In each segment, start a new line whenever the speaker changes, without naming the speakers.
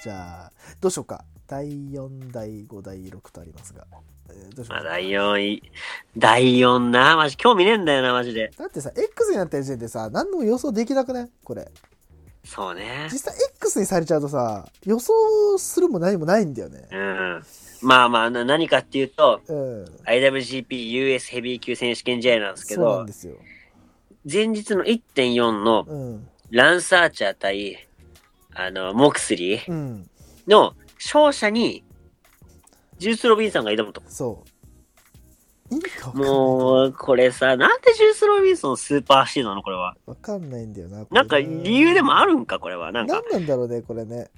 じゃあ、どうしようか。第4、第5、第6とありますが。えーどうしよ
まあ、
うか。
第4位。第4な。マジ、興味ねえんだよな、マジで。
だってさ、X になった時点でさ、何も予想できなくねこれ。
そうね。
実際 X にされちゃうとさ、予想するも何もないんだよね。
うん。まあまあ、な何かっていうと、
うん。
IWGP US ヘビー級選手権試合なんですけ
そうなん
ど
で、すよ。
前日の1.4の
うん。
ランサーチャー対、あの、モクスリー
うん。
の勝者に、ジュース・ロビンさんが挑むと。
そう。意味がわかんない。
もう、これさ、なんでジュース・ロビンソンスーパーシーなのこれは。
わかんないんだよな。これ
なんか理由でもあるんかこれは。なん
何な
か、
んなんだろうね、これね。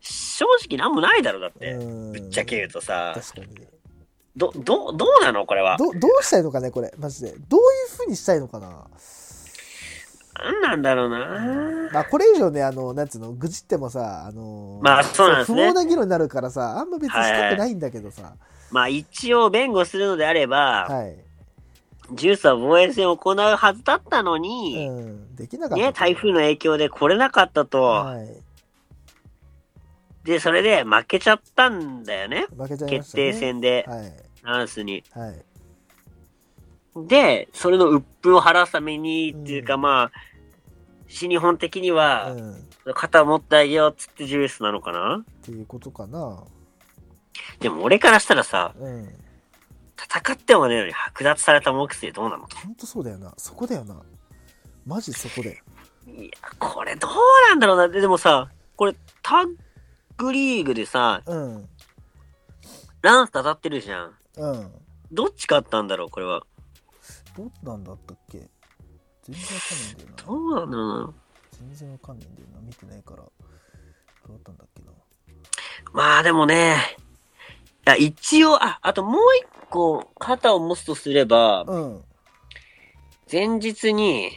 正直なんもないだろ、だって。
うん
ぶっちゃけ言うとさ、
確かに。
ど、ど、どうなのこれは。
どどうしたいのかね、これ。マジで。どういう風にしたいのかな。
なんなんだろうな
まあ、これ以上ね、あの、なんつうの、愚痴ってもさ、あのー
まあそうなんですね
不毛な議論になるからさ、あんま別にしたくないんだけどさ。
まあ一応弁護するのであれば、
はい。
ジュースは防衛戦を行うはずだったのに、
うん。できなかった。
ね、台風の影響で来れなかったと、
はい。
で、それで負けちゃったんだよね。
負けちゃいまし
決
た、ね。
定戦で、
はい。
ランスに。
はい。
で、それの鬱憤を晴らすために、っていうか
うん
まあ、新日本的には、
うん。っ
肩を持ってあげようっつってジュースなのかな
ていうことかな。
でも俺からしたらさ、
うん。
戦ってもねえのに剥奪されたモクスリーどうなのと。
ほんとそうだよな。そこだよな。マジそこで。
いや、これどうなんだろうな。ででもさ、これタッグリーグでさ、
うん。
ランス当たってるじゃん。
うん。
どっち勝ったんだろう、これは。
どんなんだったっけ全然わかんないんだよな。
どうなんだろうな。
全然わかんないんだよな見てないからどうだったんだっけな
まあでもね、いや一応、あ、あともう一個肩を持つとすれば、
うん
前日に、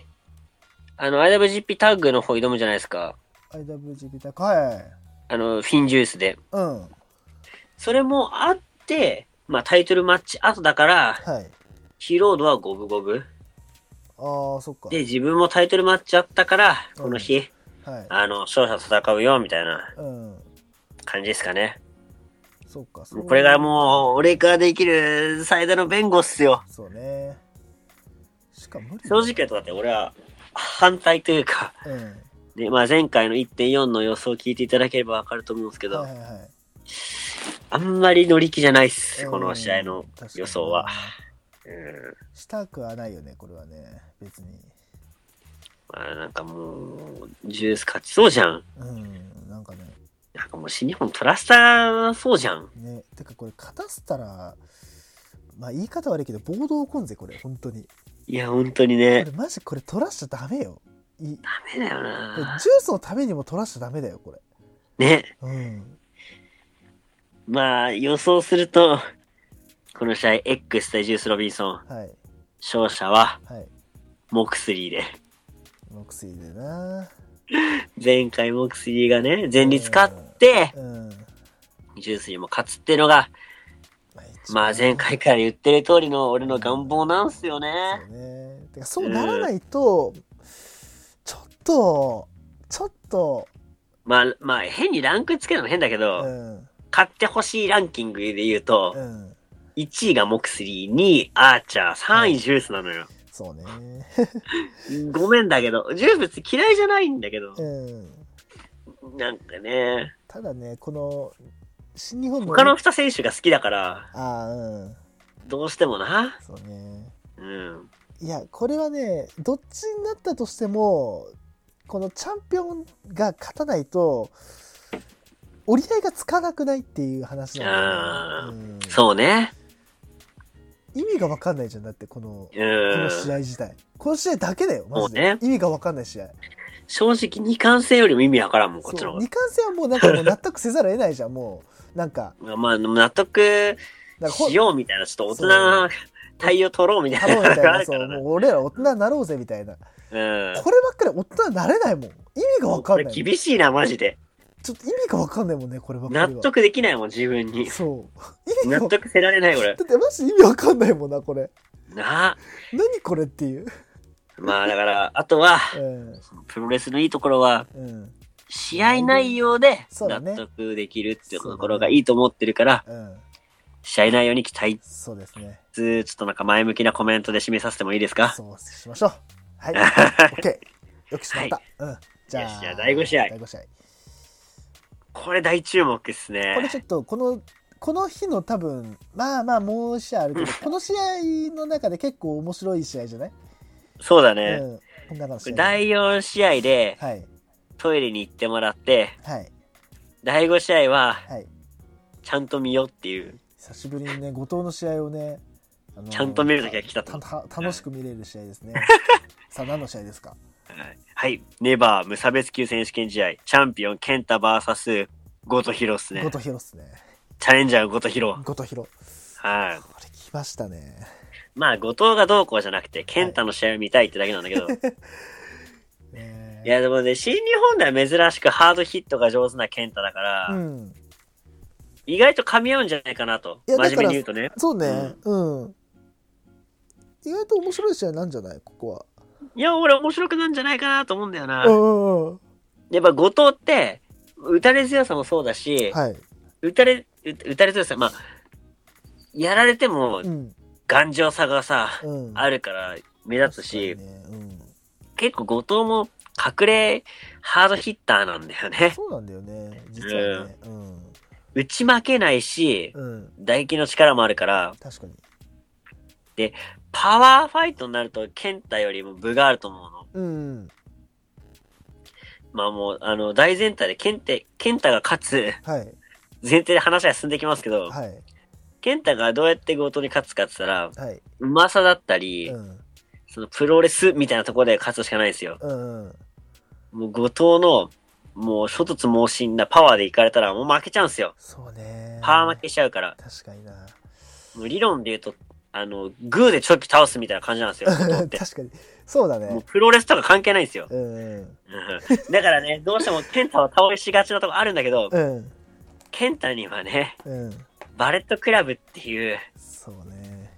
あの、IWGP タッグの方挑むじゃないですか。
IWGP 高い
あの、フィンジュースで。
うんは
それもあって、まあタイトルマッチ後だか
い
ら、疲労度は五分五分。
あーそっか
で、自分もタイトルマッチあったから、
うん
この日、
はい
あの、勝者と戦うよ、みたいな
うん
感じですかね。
そっかそ
も
う
うこれがもう、俺ができる最大の弁護っすよ。
そうねしか無理
正直言うとだって俺は反対というか、
うん
ね、まあ前回の1.4の予想を聞いていただければわかると思うんですけど、
はいはいはい
あんまり乗り気じゃないっす、
うん
この試合の
確かに
予想は。うん。
したくはないよねこれはね別に
まあなんかもう、ジュース勝ちそうじゃん。
うんなんかね
なんかもう新日本トラスターそうじゃん。
ねてかこれ勝たせたらまあ言い方悪いけど暴動起こんぜこれ本当に
いや、本当に
こ
ね
れ。マジこれ取らしちゃダメよい
ダメだよ
これジュー
な
スのためにも取らしちゃダメだよこれ
ね。
うん
まあ予想すると、この試合 X 対ジュース・ロビンソン、
はい
勝者は
はい
モクスリーで。
モクスリーでな
前回モクスリーがね、前立勝って、
うん
ジュースにも勝つってのが、
まあ一番
まあ前回から言ってる通りの俺の願望なんすよ
そ
ね。
うねてかそうならないと、ちょっとちょっと
まあまあ変にランクつけるのも変だけ
う
ど、
ん
買ってほしいランキングで言うと
う、ん
1位がモクスリー、2位アーチャー、3位ジュースなのよ。
そうね
ごめんだけど、ジュース嫌いじゃないんだけど、
うん
なんかね、
ただねこの新日本の
他の2選手が好きだから、
ああうん
どうしてもな。
そうね
うん。
いやこれはねどっちになったとしてもこのチャンピオンが勝たないと折り合いがつかなくないっていう話なの、うん、
そうね。
意味が分かんないじゃんだってこの
う
こ
ん
の。試合自体この試合だけだよマジで、
そうね
意味が分かんない試合
正直二冠戦よりも意味わからんもん、こ
そ
っちの
う
方
二冠戦はもうなんかもう納得せざるを得ないじゃんもうなんか
が。まあ、納得
なんかほ
しようみたいな、ちょっと大人
そ
な対応取ろうみた
太郎
い
みた
なの
い
があ
な
るか
そう
らな。
も
う
う俺ら大人になろうぜみたいなこ
ん。
ればっかり大人になれないもん意味が分か
こ
ん
れ
ない
厳しいな、マジで。
ちょっと意味が分かんないもんねこればっか
納
りは
得できないもん、自分に。
そう。意味が
納得せられない、これ。
だってマジ意味わかんないもんな、これ。
なあ。
何これっていう。
まあ、だから、あとは、
うん。
プロレスのいいところは、
うん。
試合内容で
そうだ
納
ね
得できるっていうところがいいと思ってるから、
うん。
試合内容に期待
そうですね。
つつ、ちょっとなんか前向きなコメントで締めさせてもいいですか
そうしましょう。 はい。OK。よくしまった。うん。じゃ
よし
あ。
じゃあ第五試合
第5試合。
これ大注目ですね。
これちょっと、この、この日の多分、まあまあもう一試合あるけど、この試合の中で結構面白い試合じゃない
そうだ
う
ね。
ん。この中の
こ
試
れ
合。
第4試合で
はい。
トイレに行ってもらって、
はい。
第5試合は
はい。
ちゃんと見ようっていう。
久しぶりにね、後藤の試合をね、あの
ちゃんと見る時が来た
た
と
た楽しく見れる試合ですね。さあ、何の試合ですか
はいはい。ネバー無差別級選手権試合、チャンピオン、ケンタ VS、ゴトヒロっすね
後。藤弘っすね。
チャレンジャー、ゴトヒロ。
後藤弘。
はい。
これ来ましたね。
まあ、後藤がどうこうじゃなくて、健太の試合を見たいってだけなんだ けど。い、
ね
や、でもね、新日本では珍しくハードヒットが上手な健太だから、
うん。
意外と噛み合うんじゃないかなと。
いや
真
だから
面目に言うとね。
そうね、うん。意外と面白い試合なんじゃないここ
いや、俺面白くなんじゃないかなと思うんだよな。
は。うんうんうん。
やっぱ後藤って、打たれ強さもそうだし、
はい。
打たれ、打打たれ強さ、まあ、やられても
うん。
頑丈さがさ、
うん。
あるから目立つし、
確かにね
結構後藤も隠れハードヒッターなんだよ
うん。
ね。
そうなんだよね。実はね。うん。
打ち負けないし、
うん。
唾液の力もあるから、
確かに。
パワーファイトになると、健太よりも分があると思うの。
うん。
まあもう、あの、大前提で、健太、健太が勝つ、
はい。
前提で話は進んできますけど、
はい。
健太がどうやって強盗に勝つかって言ったら、
はい。
うまさだったり、
うん。
そのプロレスみたいなところで勝つしかないですよ。
うんうん。
もう後藤の、もう諸突猛進なパワーでいかれたら、もう負けちゃうんですよ。
そうね。
パワー負けしちゃうから。
確かにな。
もう理論で言うと、あの、グーでチョキ倒すみたいな感じなんですよ、後藤っ
確
て。
かに。そうだ
もう
ね。
プロレスとか関係ないんですよ。
うんうん。
うんだからね、どうしてもケンタは倒しがちなとこあるんだけど、
うん。
ケンタにはね、
うん。
バレットクラブっていう、
そうね。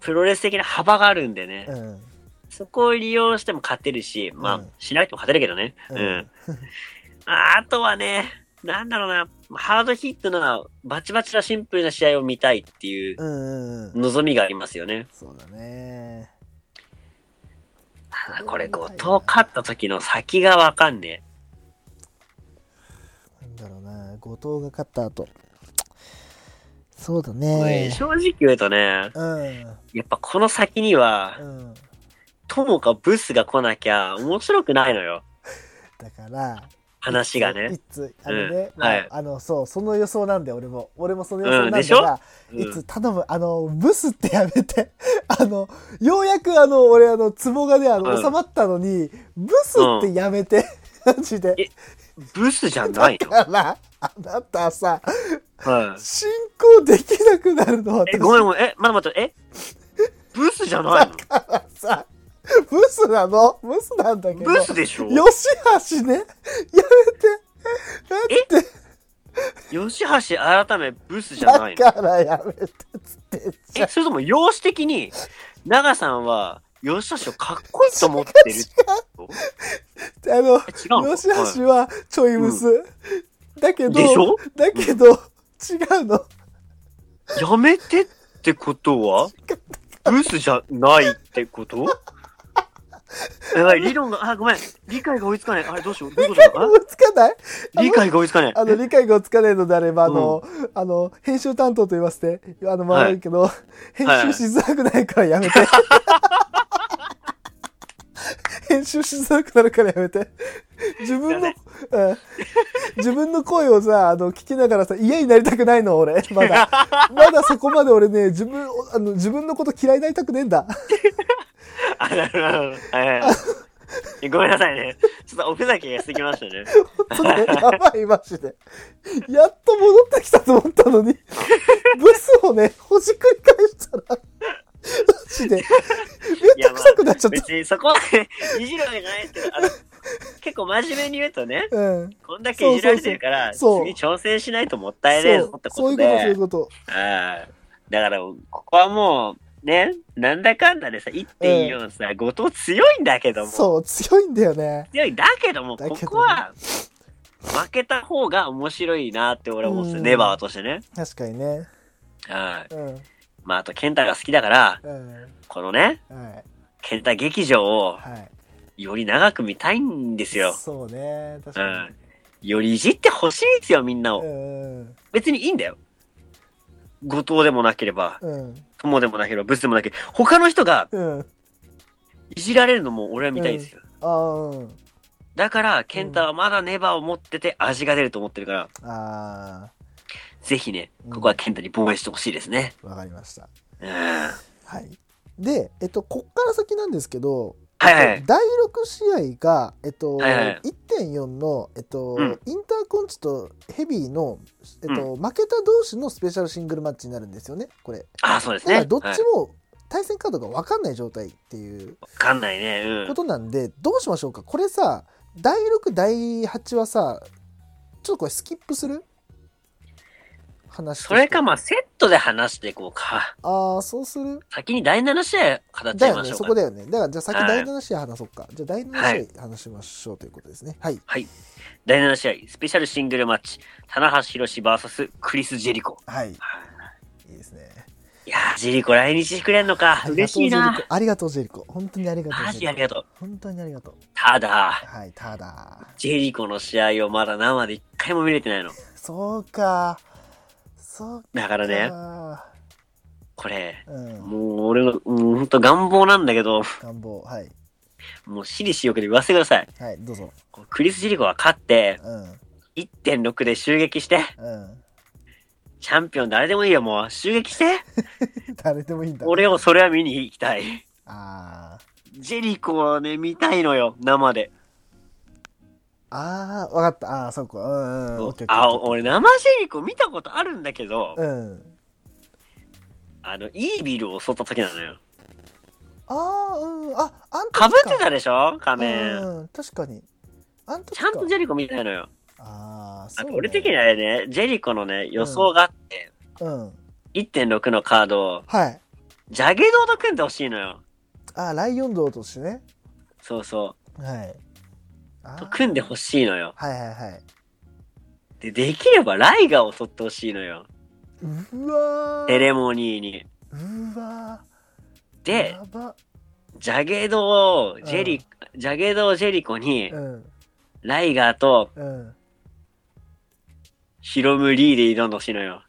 プロレス的な幅があるんでね、
うん。
そこを利用しても勝てるし、まあ、
うん
しなくても勝てるけどね。うん。 ああとはね、なんだろうな、ハードヒットな、バチバチなシンプルな試合を見たいっていう
うんうんうん。
望みがありますよね。
そうだね。
ただこれ、後藤勝った時の先がわかんね
なんだろうな、後藤が勝った後。そうだ
え。
ね。
正直言うとね、
うん。
やっぱこの先には、
うん。
ともかブスが来なきゃ面白くないのよ。
だから、
話がね
い。つ、あのね、
うんはい
まああの、そう、その予想なんで、俺も。俺もその予想なんだが、
うん
いつ、頼む、あの、ブスってやめて。 あの、ようやく、あの、俺、あの、ツボがね、あの、
うん
収まったのに、ブスってやめて。マジで。
えブスじゃ ないの。
だから、あなたさ、
は
進行できなくなるの、
い。え、
私
ごめんごめん。え、まだまだ、えブスじ ゃないの
さ、ブスなのブスなんだけど。
ブスでしょ
吉橋ね、やめて。だって、
吉橋改めブスじゃないの
だからやめてっつってんじゃ
え、
ん。
それとも容姿的に、長さんは吉橋をかっこいいと思ってるってこと
あの、
え違うの
吉橋はちょいブス。だけど、
でしょ
だけど、違うの。
はいやめてってことはブスじゃないってことやばい、理論が、あ、ごめん。理解が追いつかない。あれ、どうしよう。どういうことだ
追いつかない
あ理解が追いつかない。
あの、理解が追いつかないのであれば、あの、あの、編集担当と言いまして、あの、まあ
はい
いけど、編集しづらくないからやめて。 編集しづらくなるからやめて。自分の、
や
うん自分の声をさ、あの、聞きながらさ、嫌になりたくないの、俺。まだ。まだそこまで俺ね、自分、あの、自分のこと嫌いになりたくねえんだ。
あ、なるほどなるほど。はいはいはい。ごめんなさいね。ちょっとおふざけが過ぎましたね。
それ、やばい、マジで。やっと戻ってきたと思ったの に、ブスをね、ほじくり返したら、マジで、めっちゃ臭くなっちゃっ
別にそこはいじるわけじゃないですけど、あの、結構真面目に言うとね、
た。うん。
こんだけいじられてるか
そう
ら、
そうそう
次挑戦しないともったいねえぞって
そう、そ
こ
うい
と
うこと、そうい
で
う。こと。
ああだから、ここはもう、ね、なんだかんだでさ、1.4さ、後藤強いんだけども。
そう、強いんだよね。
強い。だけども、
だけど
こ
も
こは、負けた方が面白いなって俺は思うんです
う
よ。
ん
ネバーとしてね。
確かにね。
はい。
うん。
まあ、あと、ケンタが好きだから、
うん。
このね、
はい。
ケンタ劇場を
はい。
より長く見たいんですよ。
そうね。確
う
か
ん。よりいじってほしいですよ、みんな
に。う
を。
ん。
別にいいんだよ。後藤でもなければ、
うん。
友でもなければ、ブスでもなければ、他の人が
うん。
いじられるのも俺は見たいですよ。
ああ、うん。
だから、ケンタはまだネバーを持ってて味が出ると思ってるから、
あ
ぜひね
う、ん
ここはケンタに防衛してほしいですね。
あ、わかりました。
うん。は
はい。で、えっと、こっから先なんですけど、
いはい。
第6試合が、えっと
はいはい
1.4の、えっと
うん
インターコンチとヘビーの、えっと負けた同士のスペシャルシングルマッチになるんですよね、これ。
ああ、そうです
だから
ね。
どっ
はい
ちも対戦カードが分かんない状態っていう
わかんないね。う
こ
ん。
となんで、どうしましょうか、これさ、第6、第8はさ、ちょっとこれスキップする話として
それか、まあ、セットで話していこうか。
ああ、そうする
先に第7試合語っち
だ
ゃい
よ
ま
ね、
しょう
そ
か。
こだよね。だから、じゃあ先
はい
第7試合話そうか。じゃあ第7試合話しましょうということですね。はい。
第7試合、スペシャルシングルマッチ、棚橋宏士 VS クリス・ジェリコ。
はい。いいですね。
いやー、ジェリコ来日してくれんのか。嬉しい
ありがとうジェリ
な。
コ。ありがとう、ジェリコ。本当にありがとう。
マジありがとう。
う。本当にありがとう。
ただ、
はい、ただ。
ジェリコの試合をまだ生で一回も見れてないの。
そうか。そう
だから
か。
ね、これ、
うん。
もう俺の、もうほんと願望なんだけど、
願望。はい。
もう私利私欲で言わせてください。
はい、どうぞ。
こうクリス・ジェリコが勝って、
うん。
1.6で襲撃して、
うん。
チャンピオン誰でもいいよ、もう。襲撃して。
誰でもいいんだ。
俺をそれは見に行きたい。
あー。
ジェリコをね、見たいのよ、生で。
あー、わかった。あー、そうか。うんうん。オッケー
あ、
オッケー
俺生ジェリコ見たことあるんだけど、
うん。
あの、イービルを襲った時なのよ。
あー、うん。あ、あん
かぶって
た
たでしょ仮面。
うん、確かに。あん時
ち
か
ゃんとジェリコ見たいのよ。
あー、
あ
そ
と
う、ね。
俺的にはね、ジェリコのね、予想があって、
うん。
1.6のカードを、
はい。
ジャゲドウと組んでほしいのよ。
あー、ライオン道としてね。
そうそ
はい。あ
う。
ー
と組んでほしいのよ。
はいはいはい。
で、できればライガーを襲ってほしいのよ。
うわ
セ
ー。
レモニーに。
うわー。
で、
やば。
ジャゲドウをジェリ、ジャゲドウジェリコに
う、ん。
ライガーと
うん。
ヒロム・リーで挑んでほしいのよ。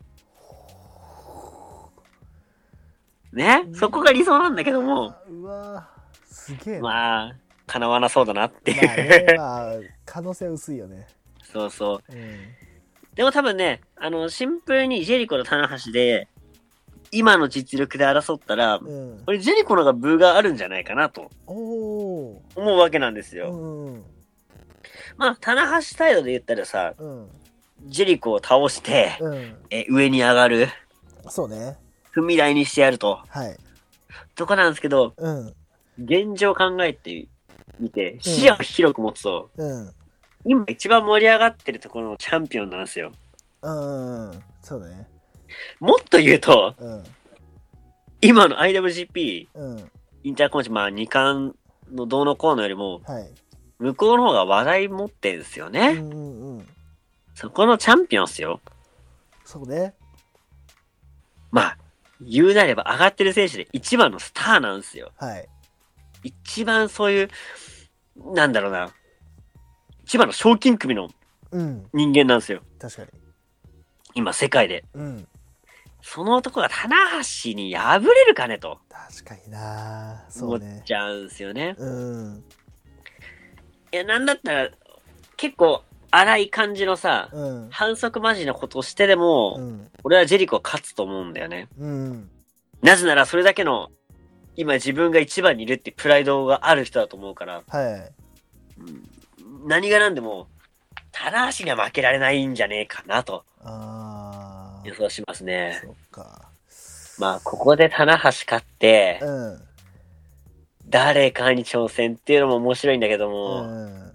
ねそこが理想なんだけども、
あー。うわー。すげえな。
まあ、叶わなそうだなって
まあ
いう。
ね、まあ、可能性薄いよね。
そうそう。
うん。
でも多分ね、あの、シンプルにジェリコと棚橋で、今の実力で争ったら、
うん。
これジェリコの方が分があるんじゃないかなと
おー。
思うわけなんです
う
よ。
んうん
まあ、棚橋態度で言ったらさ、
うん
ジェリコを倒して、
うん
え上に上がる、
そうね
踏み台にしてやると。
はい
とかなんですけど、
うん
現状考えてみて、視野を広く持つと、
うん
今一番盛り上がってるところのチャンピオンなんですよ。
うんうんそうね
もっと言うと、
うん
今の IWGP、
うん
インターコンチ、まあ2冠のどうのこうのよりも、
はい
向こうの方が話題持ってんすよ
う
ね。
んうんうん
そこのチャンピオンっすよ。
そうね
まあ、言うなれば上がってる選手で一番のスターなんですよ。
はい
一番そういう、なんだろうな、一番の賞金組の
うん
人間なんですよ。
確かに
今世界で。
うん
その男が棚橋に敗れるかねと
確かになそ
思
う
っ
ね
ちゃうんですよね。
うん
いや、なんだったら、結構荒い感じのさ、
うん
反則マジなことをしてでも、
うん
俺はジェリコは勝つと思うんだよね。
うん
なぜならそれだけの、今自分が一番にいるってプライドがある人だと思うから、
はい
何が何でも、棚橋には負けられないんじゃねえかなと
あ
予想します
あ
ね。
そっか
まあ、ここで棚橋勝って、
うん
誰かに挑戦っていうのも面白いんだけど
う
も、
ん
いや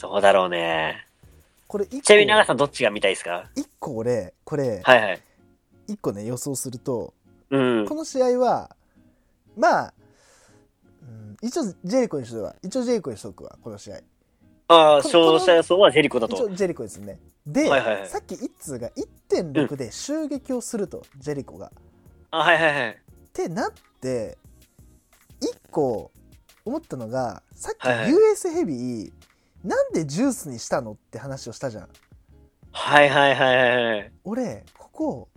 どうだろうね。
これ一
ちなみに長
個
さんどっちが見たいですか
一個俺これ
はいはい。
一個ね予想すると
うん
こ。の試合はまあ、うん、一応ジェリコにしとくわ一応ジェリコにしとくわこの試合
ああ、
この
勝者予想はジェリコだ
一
と。
応ジェリコですねで、
はいはいはい
さっき一通が1.6で襲撃をすると、ジェリコが
あはいはいはい。
ってなって1個思ったのがさっき
はいはい
US ヘビー、なんでジュースにしたのって話をしたじゃん
はいはいはいはい。
俺ここ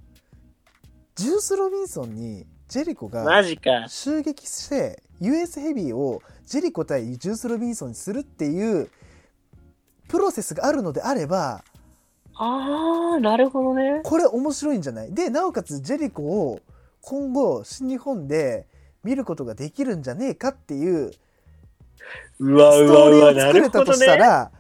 ジュース・ロビンソンにジェリコ
マ
が
ジか。
襲撃して US ヘビーをジェリコ対ジュース・ロビンソンにするっていうプロセスがあるのであれば
ああ、なるほどね。
これ面白いんじゃないでなおかつジェリコを今後新日本で見ることができるんじゃねえかっていう
うわ
ス
う
ト
わ
ー
う
リー
わ、
を
な
作
る
れた
ほ
と
ど
した
ね。
ら、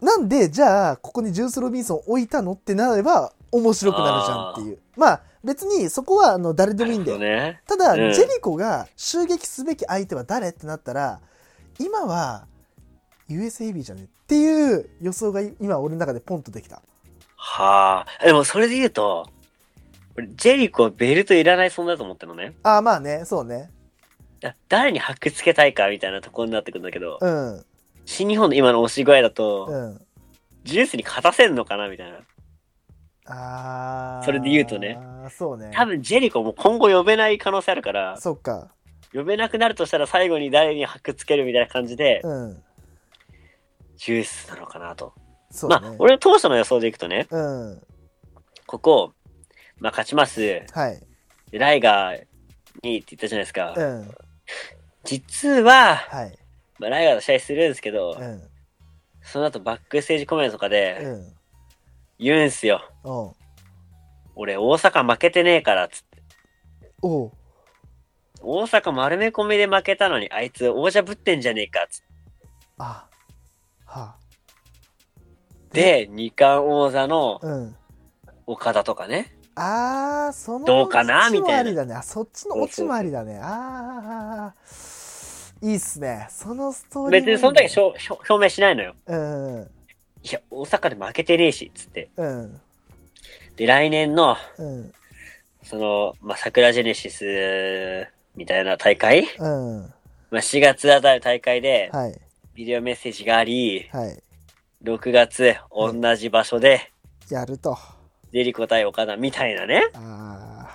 なんで、じゃあ、ここにジュース・ロビンソン置いたのってなれば、面白くなるじゃんっていう。まあ、別にそこはあの誰でもいいんだよ。
ね。
ただ、
うん
ジェリコが襲撃すべき相手は誰ってなったら、今は、US ヘビーじゃねっていう予想が今俺の中でポンとできた。
はあ。でもそれで言うと、俺ジェリコはベルトいらない存在だと思ってるのね。
ああ、まあね、そうね。
だ誰に箔つけたいかみたいなところになってくるんだけど、
うん、
新日本の今の押し具合だと、
うん。
ジュースに勝たせんのかなみたいな。
ああ。
それで言うとね。
そうね。
多分ジェリコも今後呼べない可能性あるから、
そっか。
呼べなくなるとしたら最後に誰に箔つけるみたいな感じで、
うん。
ジュースなのかなと。
そう
ま
ね。
あ、俺の当初の予想でいくとね、
うん。
ここ、まあ、勝ちます。で
はい。
ライガーにって言ったじゃないですか。
うん。
実は、
はい。
まあ、ライガーと試合するんですけど
う、ん。
その後バックステージコメントとか
う
で
ん。
言うんすよ。
おう
俺、大阪負けてねえから、つって。
おう
大阪丸め込みで負けたのに、あいつ王者ぶってんじゃねえか、つっ
あは
て。で、二冠王座の
あうん
岡田とかね。
あーその
どうかな
オチも
みたいな
ありだねあそっちのオチもありだねあーいいっすねそのストーリー
別にその時しょ表表明しないのよ。
うんうん
いや、大阪で負けてねえし、つって。
うん
で、来年の、
うん
その、まあ、桜ジェネシス、みたいな大会
うん
まあ、4月あたりの大会で、
はい
ビデオメッセージがあり、
はい
6月、同じ場所で、
やると
デリコ対岡田みたいなね。
あ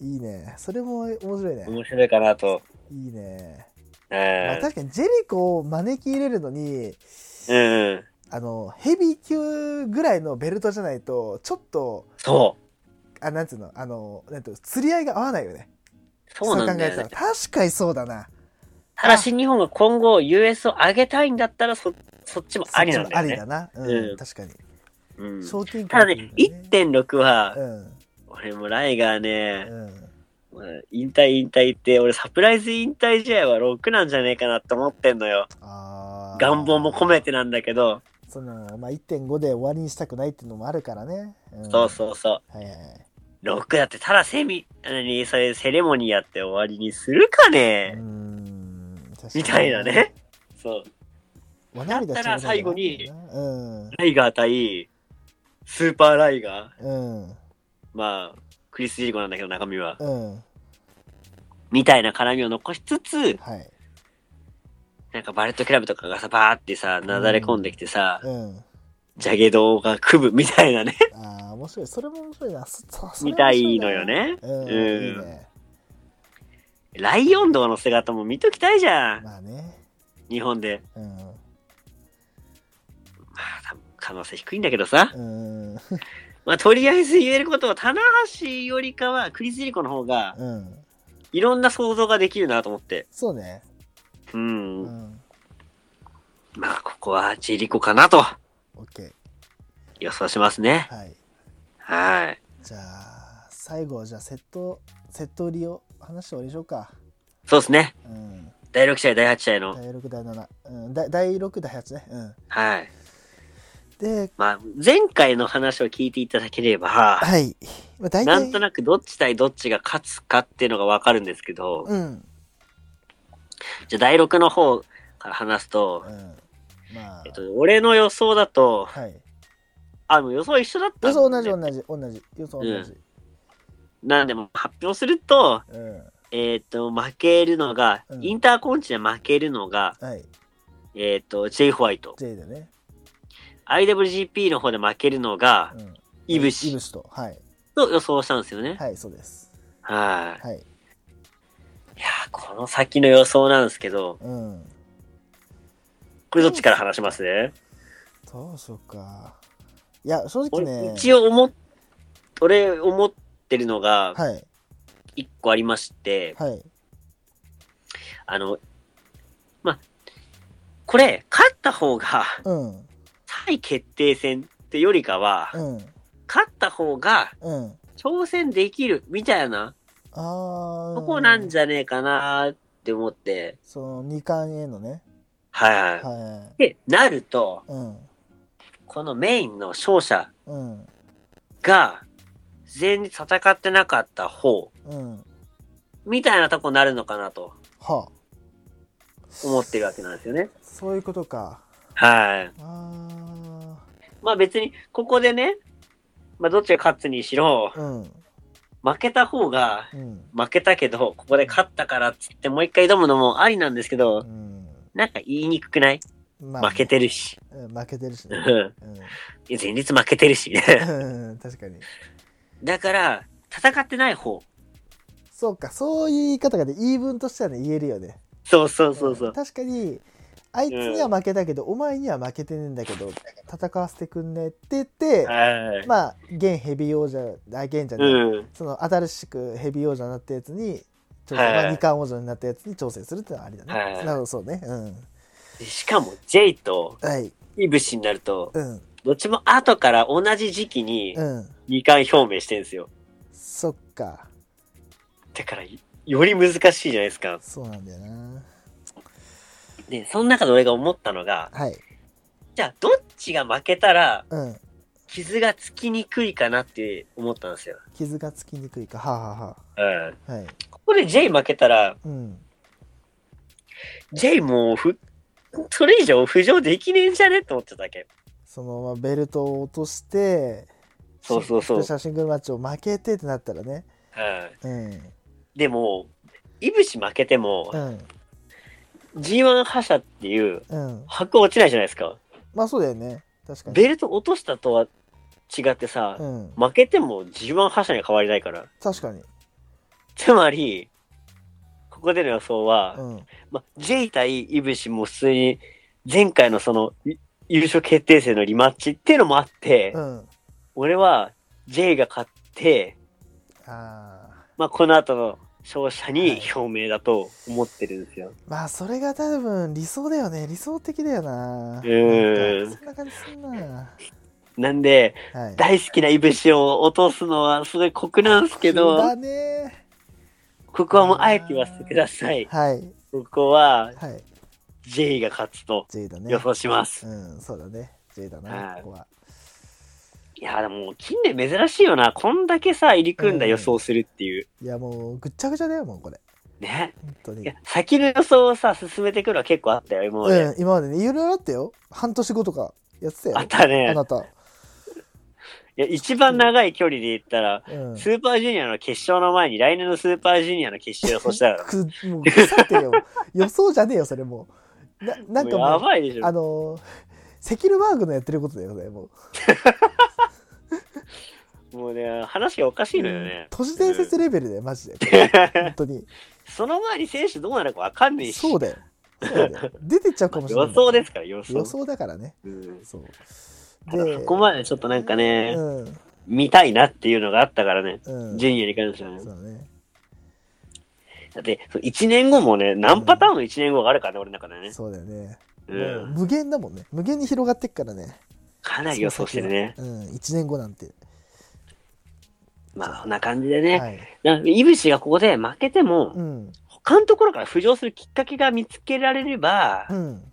ーいいねそれも面白いね
面白いかなと。
いいね、
う
まあ、
ん。
確かにジェリコを招き入れるのに
うん。
あのヘビー級ぐらいのベルトじゃないとちょっと
そう。
あ、なんつうの、あの、なんていうの釣り合いが合わないよね。
そうなんだよ、
そう考
ね
え。たら。確かにそうだな。
ただ新日本が今後 US を上げたいんだったらそ、そっちもありなんだ
あ
よ
り
ね
だ。な。うん、
うん
確かに。
うん、
賞金
ただね、1.6は、
うん。
俺もライガーね、
うん。
まあ引退引退って、俺サプライズ引退試合は6なんじゃねえかなって思ってんのよ。
あー
願望も込めてなんだけど、
その、まあ、1.5で終わりにしたくないっていうのもあるからね。うん。
そうそうそう
はいはいはい。
う。6だって、ただセミ、何、そういうセレモニーやって終わりにするか
うー
ね、
ん。確かに
みたいな。ね。そう。
わなびだ
だったら最後に
うん。
ライガー対、スーパーライガー。
うん。
まあ、クリス・ジェリコなんだけど中身は。
うん。
みたいな絡みを残しつつ、
はい。
なんかバレットクラブとかがさ、バーってさ、なだれ込んできてさ、
うん。
ジャゲ道が組むみたいなね、
ああ、面白い。それも面白いな。そそそれ
み
面白
た
いない
のよ。ね。
うん。
うん
いいね。
ライオン道の姿も見ときたいじゃん。
まあね。
日本で。
うん。
まあ、多分可能性低いんだけどさ。
うん。
まあ、とりあえず言えることは、棚橋よりかは、クリス・ジェリコの方が、
うん。
いろんな想像ができるなと思って。
そうね。
う。
うんん。
まあ、ここはジェリコかなと
オッケー。
予想しますね。
はい。
はい。
じゃあ、最後、じゃあ、セット、セット売りを話して終わりましょうか。
そうですね。
うん。
第6試合、第8試合の。
第6、第7。うん。だ第6、第8ね。うん。
はい。
で、
まあ、前回の話を聞いていただければ、
はい。まあ、大体。
なんとなくどっち対どっちが勝つかっていうのがわかるんですけど、
うん。
じゃあ第6の方から話すと
う、ん。まあ、
えっと、俺の予想だと、
はい。
あ、もう予想一緒だった
予
んだ
想
よ
同じ、
ね、
同じ、同じ。予想同じ。
なんでも発表すると、
うん。
えっと、負けるのが
う、ん
インターコンチで負けるのが、
はい。
えっ、と、J ホワイト。
J でね。
IWGP の方で負けるのが、
うん。
イブ
イ
シ
ブシと。はい。
と予想したんですよね。
はい、そうです。
はい。
はい。
いやー、この先の予想なんですけど、
うん。
これどっちから話しますね
どうしようか。いや、正直
俺
ね。
一応思っ、俺思ってるのが
はい。
一個ありまして、
はい。
あの、ま、これ、勝った方が、
うん。
対決定戦ってよりかは、
うん。
勝った方が
うん。
挑戦できるみたいな
ああ。
とこなんじゃねえかなーって思って、
その二冠へのね。
はいはい。
は
で、なると、
い。うん。
このメインの勝者
うん。
が、前日戦ってなかった方、
うん。
みたいなとこになるのかなと
はあ。
思ってるわけなんですよね。
そういうことか。
はい。
あ
まあ別に、ここでね、まあどっちが勝つにしろ
あ。、うん。
負けた方が、
うん。
負けたけど、ここで勝ったからっつってもう一回挑むのもありなんですけ
う
ど、
ん。
なんか言いにくくない
ま
負けてるし。
うん負けてるし
う
ね。
ん
うん
いや前日負けてるし。
うん。 確かに。
だから、戦ってない方。
そうか、そういう言い方がね、言い分としてはね、言えるよね。
そうそうそうそ
ん
う。
確かに、あいつには負けたけど、お前には負けてねえんだけど、戦わせてくんねえって言って、
はい。
まあ、現ヘビー王者、あ、現じゃない、
うん。
その新しくヘビー王者になったやつに、挑戦
はい
まあ、二冠王者になったやつに挑戦するってのはありだね。
はい
なるほど、そうね。うん。
しかも、ジェイと
はい。
イブシになると、
うん。
どっちも後から同じ時期に
うん。
二冠表明してるんですよ。
そっか。
だから、より難しいじゃないですか。
そうなんだよな。
で、その中で俺が思ったのが、
はい。
じゃあ、どっちが負けたら、
うん。
傷がつきにくいかなって思ったんですよ。
傷がつきにくいか。はあ、は
うん。
あはあ、はい。
ここで J 負けたら、
うん。
J もうふ、それ以上浮上できねえんじゃねって思ってただけ。
そのままベルトを落として、
そうそうそう
シャシングルマッチを負けてってなったらね。
うん。
うん。
でも、イブシ負けても
う、ん。
G1 覇者っていう
うん。
箱落ちないじゃないですか。
まあそうだよね。確かに。
ベルト落としたとは違ってさ、
うん。
負けても G1 覇者には変わりないから。
確かに。
つまり、ここでの予想は、
うん。
ま、J 対イブシも普通に前回のそのい優勝決定戦のリマッチっていうのもあって、
うん。
俺は J が勝って、
ああ。
まあ、この後の勝者
は
に
い
表明だと思ってるんですよ。
まあそれが多分理想だよね。理想的だよな。
うん
なんかそんな感じすんな。
なんで、
はい。
大好きなイブシを落とすのはすごい酷なんですけ
急だ
ど、
ね。
ここはもうあえて言わせてください。
はい。
ここは
はい。
J が勝つと
J だね
予。想します。
うん、そうだね。J だ
は
な、
い
ここは。
いや、でも近年珍しいよな。こんだけさ、入り組んだ予想するっていう。
いやもうぐっちゃぐちゃだよ、もうこれ。
ね。
本当
い
に
や。先の予想をさ、進めてくるのは結構あったよ、今まで。
うん、今までね、いろいろあったよ。半年後とかやってたよ。
あった
あ
ね。
なた。
いや、一番長い距離で言ったら、
うん。
スーパージュニアの決勝の前に来年のスーパージュニアの決勝予想したから。
くもう腐ってる よ。予想じゃねえよ、それもう。な なんか
もうや
もう、
ばいでしょ
あ。のー、セキルバーグのやってることだよね、もう。
もうね、話がおかしいのよね。
都市伝説レベルだよ、マジで。本当に。
その前に選手どうなるかわかんないし。
そうだよ。そうだよ。出てっちゃうかもしれない。
予想ですから、予想。
予想だからね。
うん
そう。
ただそこまでちょっとなんかね、
うん。
見たいなっていうのがあったからね。
うん。
ジュニアに関してはね
そう。だね。
だって、1年後もね、何パターンの1年後があるからね、俺の中でね。
そうだよね。
う。
もうん無限だもんね。無限に広がってっからね。
かなり予想してるね。
うん。1年後なんて。
まあ、こんな感じでね。
はい。
だからイブシがここで負けても、
うん。
他のところから浮上するきっかけが見つけられれば、
うん。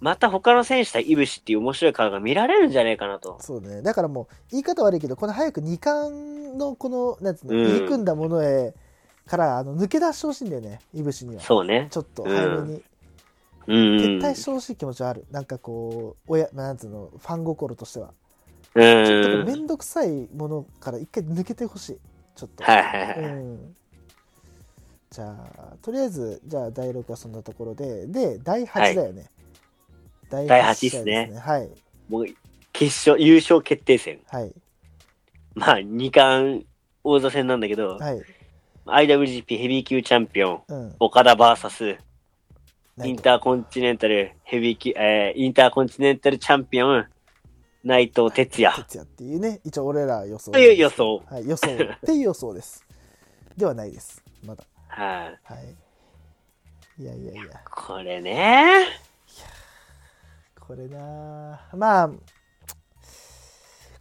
また他の選手対イブシっていう面白い顔が見られるんじゃないかなと。
そうね。だからもう、言い方悪いけど、この早く2冠の、この、なんつうの、
うん
入り組んだものへ、から、あの、抜け出してほしいんだよね、いぶしには。
そうね。
ちょっと
うん
早めに。
うん。
撤退してほしい気持ちはある。なんかこう、親、なんつうの、ファン心としては。
うん。
ちょっとこうめんどくさいものから一回抜けてほしい。ちょっと。
はいはいはい。
うん。じゃあ、とりあえず、じゃあ、第6はそんなところで、で、第8だよね。第
第八試合ですね
ね。はい。
もう決勝、優勝決定戦。
はい。
まあ、2冠王座戦なんだけど、
はい。
IWGP ヘビー級チャンピオン、
うん。
岡田 VS、
ナ
イ
イ
ン
ト
ターコンチネンタルヘビー級、えーインターコンチネンタルチャンピオン、内藤哲也。
哲也っていうね、一応俺ら予想。
という予想。
はい、予想。っていう予想です。ではないです。まだ。
はい、
はい。いやいやいや。
これね。
これなあまあ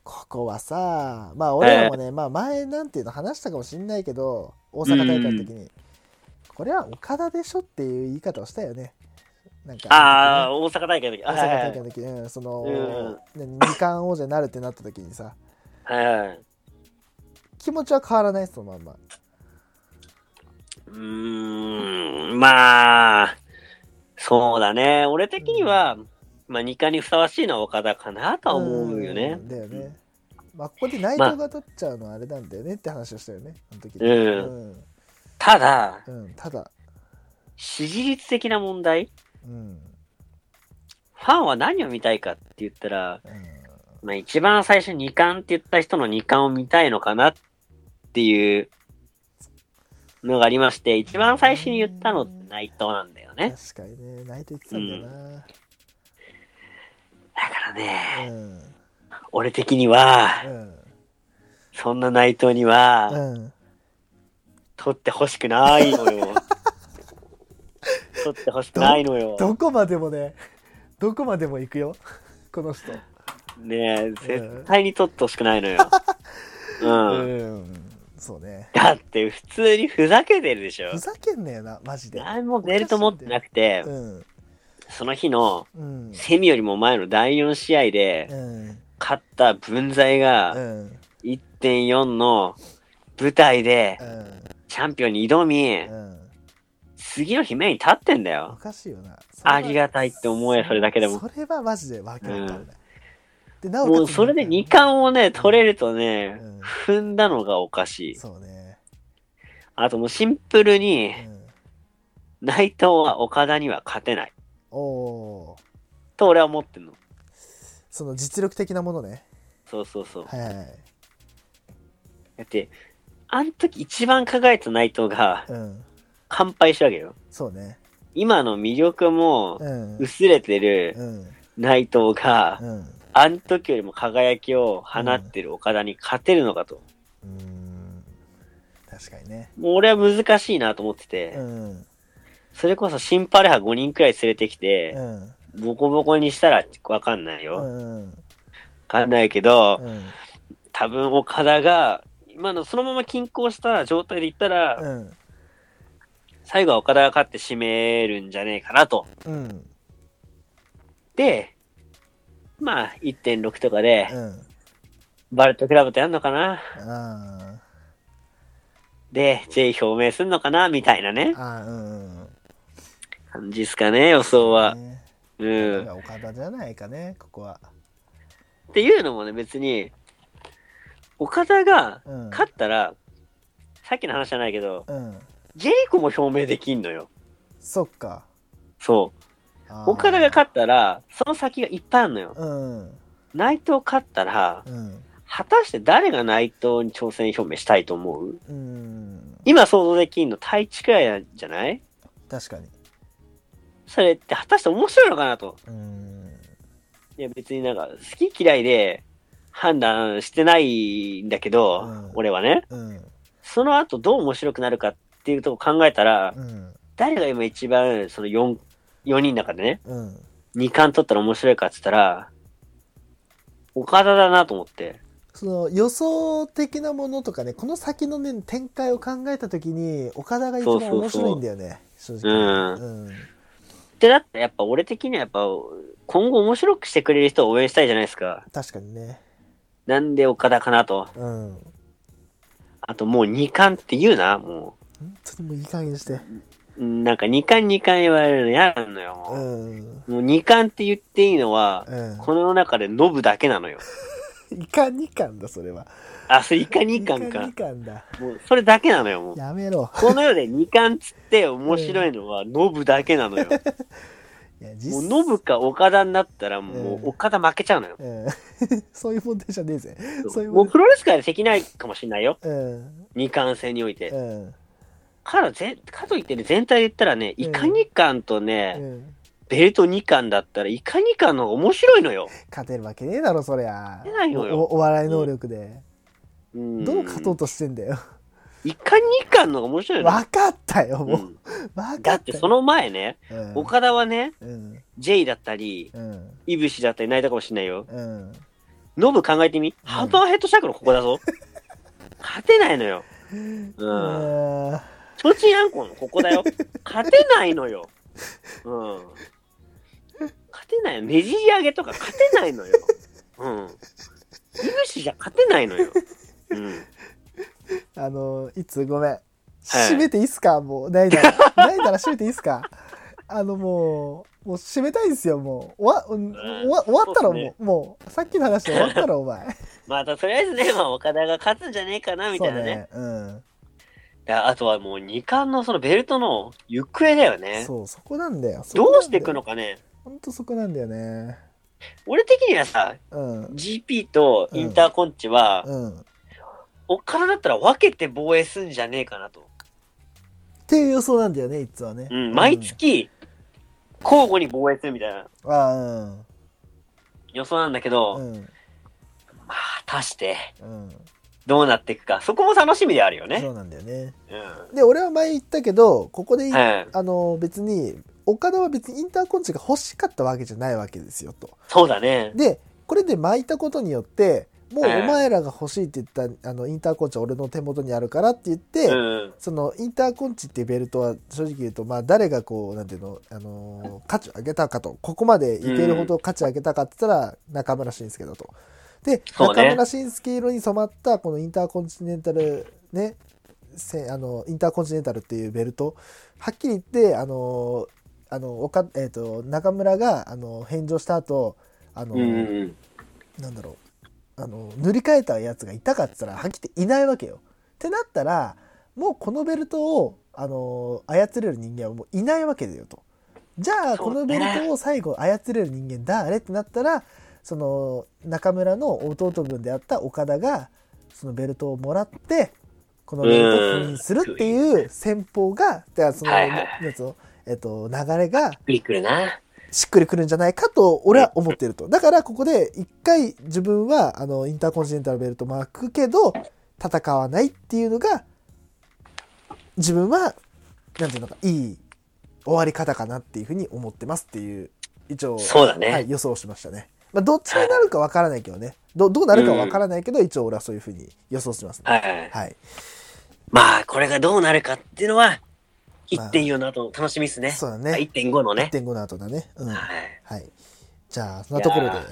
ここはさまあ俺らもね、まあ前なんていうの話したかもしんないけど大阪大会の時に、これは岡田でしょっていう言い方をしたよねなんか
ああ、大阪大会の時。
大
あ
阪大会の時、うん、その、何二冠王者になるってなった時にさ
はいはいはい。
気持ちは変わらないそのまんま
うーん、まあ、そうだね。俺的には、まあ、2冠にふさわしいのは岡田かなとは思うよね
ん。だよね、まあここで内藤が取っちゃうのはあれなんだよねって話をしたよねあの時に
うん
うん
ただ、
うん、ただ
支持率的な問題、
うん
ファンは何を見たいかって言ったら、
うん
まあ、一番最初2冠って言った人の2冠を見たいのかなっていうのがありまして、一番最初に言ったのって内藤なんだよね。
確かにね、泣いて言ってたんだよな。
だからね、
うん。
俺的には、そんな内藤に
う
は、
ん。うん。
取ってほしくない のよ。取ってほしくないのよ。
どこまでもね、どこまでも行くよ。この人。
ねえ、絶対に取ってほしくないの よ。うん。
ん。そうね。
だって普通にふざけてるでしょ
ふ。ざけんなよな、マジで。
何もベルト持ってなくて
う、ん。
その日の
うん。
セミよりも前の第4試合で
うん。
勝った分際
う
が
ん。
1.4の舞台で
うん。
チャンピオンに挑み、
うん。
次の日目に立ってんだ
お
よ。
かしいよな。それは
ありがたいって思え、それだけでも。
それはマジでわけわかんない。で、な
もうそれで2。冠をね、取れるとね
うん、
踏んだのがおかしい。
そうね。
あともうシンプルに
う、ん。
内藤は岡田には勝てない。
おおー。
と俺は思ってんの。
その実力的なものね。
そうそうそう。
はいはい。
だって、あの時一番輝いた内藤が
うん。
乾杯したわけよ。
そうね。
今の魅力も
うん。
薄れてる
うん。
内藤が、
うん。う
あの時よりも輝きを放ってる岡田に勝てるのかと。
ーん。確かにね。
もう俺は難しいなと思ってて、
うん。
それこそ新パレハ5人くらい連れてき
う
て、
ん。
ボコボコにしたらわかんないうよ。
ん。
わかんないけど、
うん。
多分岡田が、今のそのまま均衡した状態でいったら、
うん。
最後は岡田が勝って締めるんじゃねえかなと。
うん。
で、まあ、1.6とかで、
うん。
バレットクラブとやんのかな
あ
で、J 表明すんのかなみたいなね
ー。あー、うん。
感じっすかね、予想は。
ね
う
こ
ん。
れ
っ
が岡田じゃないかね、ここは。
ていうのもね、別に、岡田が
うん。
勝ったら、さっきの話じゃないけど、
うん。
ジェリコも表明できんのよ。
そっか。
そう。
あー
岡田が勝ったら、その先がいっぱいあるのよ。
うん。
内藤勝ったら、
うん。
果たして誰が内藤に挑戦表明したいと思う
うん。
今想像できんの太一くらいなんじゃない
確かに。
それって果たして面白いのかなと。
うん。
いや別になんか好き嫌いで判断してないんだけど、
うん
俺はね。
うん。
その後どう面白くなるかっていうとこ考えたら、
うん。
誰が今一番その 4, 4人の中でね、
うん。
2冠取ったら面白いかって言ったら、岡田だなと思って。
その予想的なものとかねこの先の、ね、展開を考えた時に岡田が一番
そうそうそう
面白いんだよね正直、うん
で、だってやっぱ俺的にはやっぱ今後面白くしてくれる人を応援したいじゃないですか。
確かにね
なんで岡田かなと。
うん本
あともう2冠って言うな、も
当にもういい加減にして
う。うんなんか2冠2冠言われるの嫌なのよ、もう。
うん
もう二冠って言っていいのは、
うん
この中でノブだけなのよ。
いかにかんだそれは
あ、それイカ二冠
い
か
に。かんだ
もうそれだけなのよ、もう。
やめろ
この世で二冠つって面白いのはノブだけなの
い
よ。
いや
も
実
う、
際
ノブか岡田になったら、も
うん
う、岡田負けちゃうのよ。
うん そういう問題じゃねえぜ。そういう
もう、プロレス界でできないかもしれないよ。
うん。
二冠制において。
うん。
からぜ、かといってね、全体で言ったらね、
うん
イカ二冠と
う
ね、
ん。
ベルト二冠だったら、イカ二冠の方が面白いのよ。
勝てるわけねえだろ、そりゃ。
勝てないのよ
おお笑い能力で。
うん
どう勝とうとしてんだよ。
イカ二冠の方が面白いのよ。
分かったよ、も
う
う。
ん
分か
だ
っ
って
た
そ
よ。
の前ね、
うん
岡田はね、
うん。
J だったり、
うん。
イブシだったり泣いたかもしれないよ。
うん。
ノブ考えてみ。ハンバーヘッドシャークのここだ ぞ。勝てないのよ。うん。
うん
チョチンアンコのここだ よ。勝てないのよ。うん。勝てない。ねじり上げとか勝てないのよ。うん。イブシじゃ勝てないのよ。うん。
あの、いつごめん。閉めていいっすかもう、ないなら。ないなら閉めていいっすかあの、もう、もう閉めたいんすよ、もう。終わ、うん終わ終わったら
そうっす
もう、もう、さっきの話で終わったら、お前。
まあ、とりあえずね、まあ、岡田が勝つんじゃねえかな、みた
そう
いなね。
ね。うん。
いやあとはもう2冠のそのベルトの行方だよね。
そう、そこなんだよ。
どうしていくの
か。
かね。
ほんとそこなんだよね。
俺的にはさ、
うん。
GP とインターコンチは、
うん。っ
おっからだったら分けて防衛すんじゃねえかなと。
ていう予想なんだよね、いつはね。
うん、毎。月、交互に防衛するみたいな
あ
予想なんだけ
あ、う
ど、
ん。うん。
まあ、果たして、
うん。
どうなっていくか。そこも楽しみであるよ
そ
ね。
うなんだよね。
うん。
で、俺は前言ったけど、ここでいい、
はい。
あの、別に、岡田は別にインターコンチが欲しかったわけじゃないわけですよ、と。
そうだね。
でこれで巻いたことによってもうお
ええ
前らが欲しいって言った、あのインターコンチは俺の手元にあるからって言って、
うん。
そのインターコンチっていうベルトは正直言うと、まあ、誰がこうなんていうの、あのー価値を上げたかとここまでいけるほど価値を上げたかって言ったら中村慎介だと。で、
そうね
中村慎介色に染まったこのインターコンチネンタルねせあのインターコンチネンタルっていうベルトはっきり言ってあのーあのおか、えー、と中村があの返上した後あの
う
ー、
んうん。
なんだろうあの塗り替えたやつがいたかっつったらはっきり言っていないわけよ。ってなったらもうこのベルトをあの操れる人間はもういないわけだよと。じゃあ
そ
こ
うね
のベルトを最後操れる人間誰ってなったらその中村の弟分であった岡田がそのベルトをもらってこのベルトを封印するっていう戦法がだからその
はいは
や
い
つの、えっと、流れが
びっくりな。
しっくりくるんじゃないかと俺は思ってると。だからここで一回自分はあのインターコンチネンタルベルト巻くけど戦わないっていうのが自分はなんていうのかいい終わり方かなっていうふうに思ってますっていう一応
そうだね
はい、予想しましたね。まあ、どっちになるかわからないけどねどどうなるかわからないけど一応俺はそういうふうに予想しますね。
はい。
はい、
まあ、これがどうなるかっていうのは、
まあ
1.4の後の楽しみですね。
そうだね
あ1.5のね。
1.5の後だね。うん、は
はい。
い。じゃあそんなところで
い。や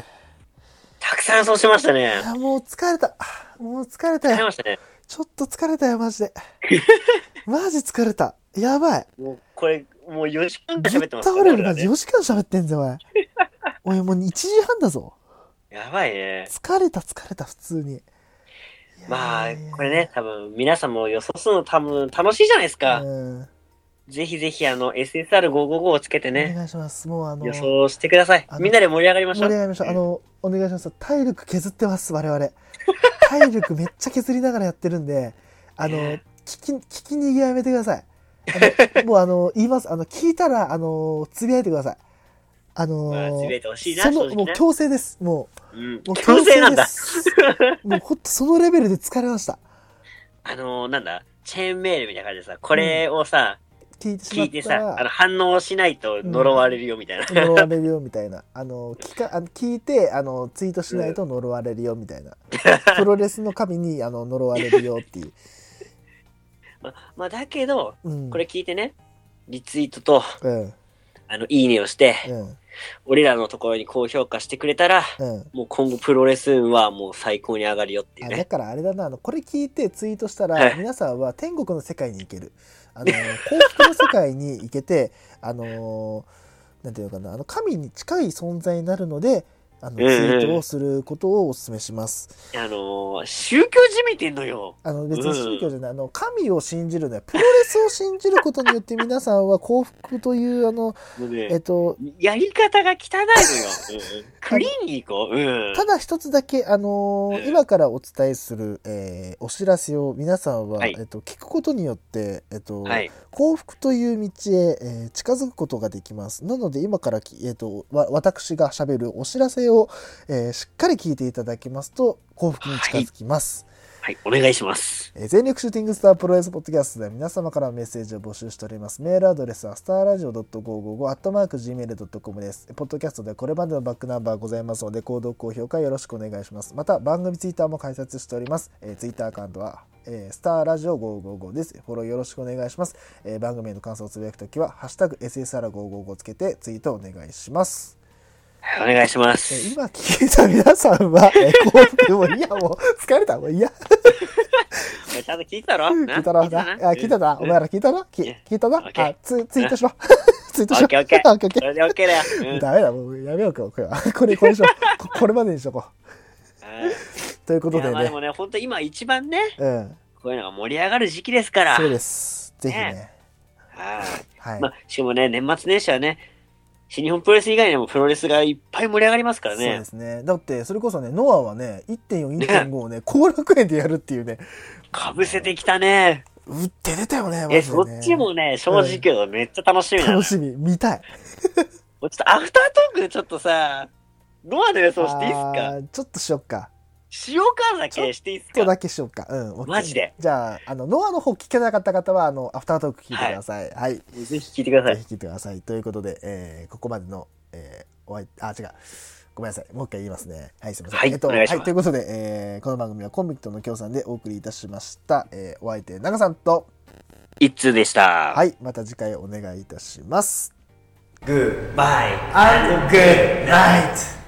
たくさん予想しましたね。
あもう疲れた。もう疲れた
や
よ
り。ましたね。
ちょっと疲れたよ、マジ で。マジ疲れた。やばい。
もう、これ、もう4時間
ぶ
ぐらい喋
っ
ってます
倒れる、マ
ら
ジ。
ね。
4時間喋ってんぜ、お 前。おい、もう1時半だぞ。
やばいね。
疲れた、疲れた、普通に。いやー
まあ、これね、。多分、皆さんも予想するの多分楽しいじゃないですか。
うん。
ぜひぜひ、あの、SSR555 をつけて
お
ね、
願いします。もう、あの、
予
盛
想してください
あ。の
みんなで盛り上がりまし
り
ょう。
上がりましょう。あの、お願いします。体力削ってます、我 々。体力めっちゃ削りながらやってるんで、あの、聞き、聞き逃げやめてください。あのもう、あの、言います。あの、聞いたら、あの、つぶやいてください。あの
まあ、
ー
つぶやいてほしいな、
そ
正
のも
直
う
な。
強制です。も
うん
う、もう
強制なん
で
だ。
す。もうほんとそのレベルで疲れました。
あの、なんだ、チェーンメールみたいな感じでさ、これをさ、
聞いてしま
聞いて
った
さ、あの、
ら、
反応しないと呪われるよ、みたいな。
呪われるよみたいな。あの、聞か、あの聞いて、あの、ツイートしないと呪われるよみたいな。プロレスの神に、あの、呪われるよっていう。
まあ、だけど、
うん。
これ、聞いてね、リツイートと、
うん。
あの、いいねをして、
うん。
俺らのところに高評価してくれたら、
うん。
もう今後プロレス運はもう最高に上がるよっていう
あだ
ね。
からあれだな、あの、これ聞いてツイートした
は
ら、
い
皆さんは天国の世界に行ける。あの、幸福の世界に 行けて、あのーなんていうのかな、あの、神に近い存在になるので、あの、ツイ
うんうん
ートをすることをお勧めします。
あのー宗教じみてんのよ。
あの、別に宗教じゃない、あの、神を信じるのは、プロレスを信じることによって皆さんは幸福という、あの、
もうね
えっと、
やり方が汚いのよ。うんクリーンに行こう。うん。
ただ一つだけ、あのー
うん
今からお伝えする、えーお知らせを皆さんは、
はい
えっと、聞くことによって、えっと、
はい。
幸福という道へ、えー近づくことができます。なので今からき、えー、とわ私が喋るお知らせを、えーしっかり聞いていただきますと幸福に近づきます。
はい。お願いします。
えー全力シューティングスタープロレスポッドキャストでは皆様からのメッセージを募集しております。メールアドレスはスターラジオ .555-gmail.com です。ポッドキャストではこれまでのバックナンバーございますので、購読、高評価よろしくお願いします。また番組ツイッターも開設しております。えー、ツイッターアカウントは、えースターラジオ555です。フォローよろしくお願いします。えー番組への感想をつぶやくときは、ハッシュタグ SSR555 つけてツイートお願いします。
お願いしま
えー
す。
今聞いた皆さんは、えー、幸福もいいや、もう疲れた、もういいや。
ちゃんと聞いたろ聞
聞いたな。あ、聞いたな。お前ら聞いたな。き
うん
聞いたな。
オッケー
あ、ツツイートしろ。 ツイートし
オ
ろ。
ッケーオッケー
あオッケーオッ
そ
ケ
れで OK だよ。う
ー。
ん
ダメだ、もうやめようか、これは。 これ、これにしよう。ここれまでにしとこ
はい。
う。ということ
い
で
やまあで
ね。
もね、本当今一番ね、
うん。
こういうのが盛り上がる時期ですから。
そうです。ぜひね。
はい。
はい
ま。あ、しかもね、年末年始はね、新日本プロレス以外にもプロレスがいっぱい盛り上がります
そ
か
うで
らね。
すね。だって、それこそね、ノアはね、1.4、1.5をね、後楽園でやるっていうね。
かぶせてきたね。
うって出たよね、マジで、ね。
え、そっちもね、正直言うとめっちゃ楽しみなのよ
楽。しみ、見たい。
もうちょっとアフタートークでちょっとさ、ノアの予想していいっすか
あーちょっとしよっか。
塩川だけしていいっす
ちょっと
か
だけしよっか。うん。オッケー
マジで。
じゃあ、あの、ノアの方聞けなかった方は、あの、アフタートーク聞いてください。はい
ぜひ聞いてくださ
ぜ
い。
ひ聞いてください。ということで、えーここまでの、えーお相手、あ、違う。ごめんなさい。もう一回言いますね。はい、すみません。
はい
えっと、
お願いします
はい、ということで、えーこの番組はコンビクトの協賛でお送りいたしました。えーお相手、長さんと、
一通でした。
はい、また次回お願いいたします。
グッバイ。
I'm good night!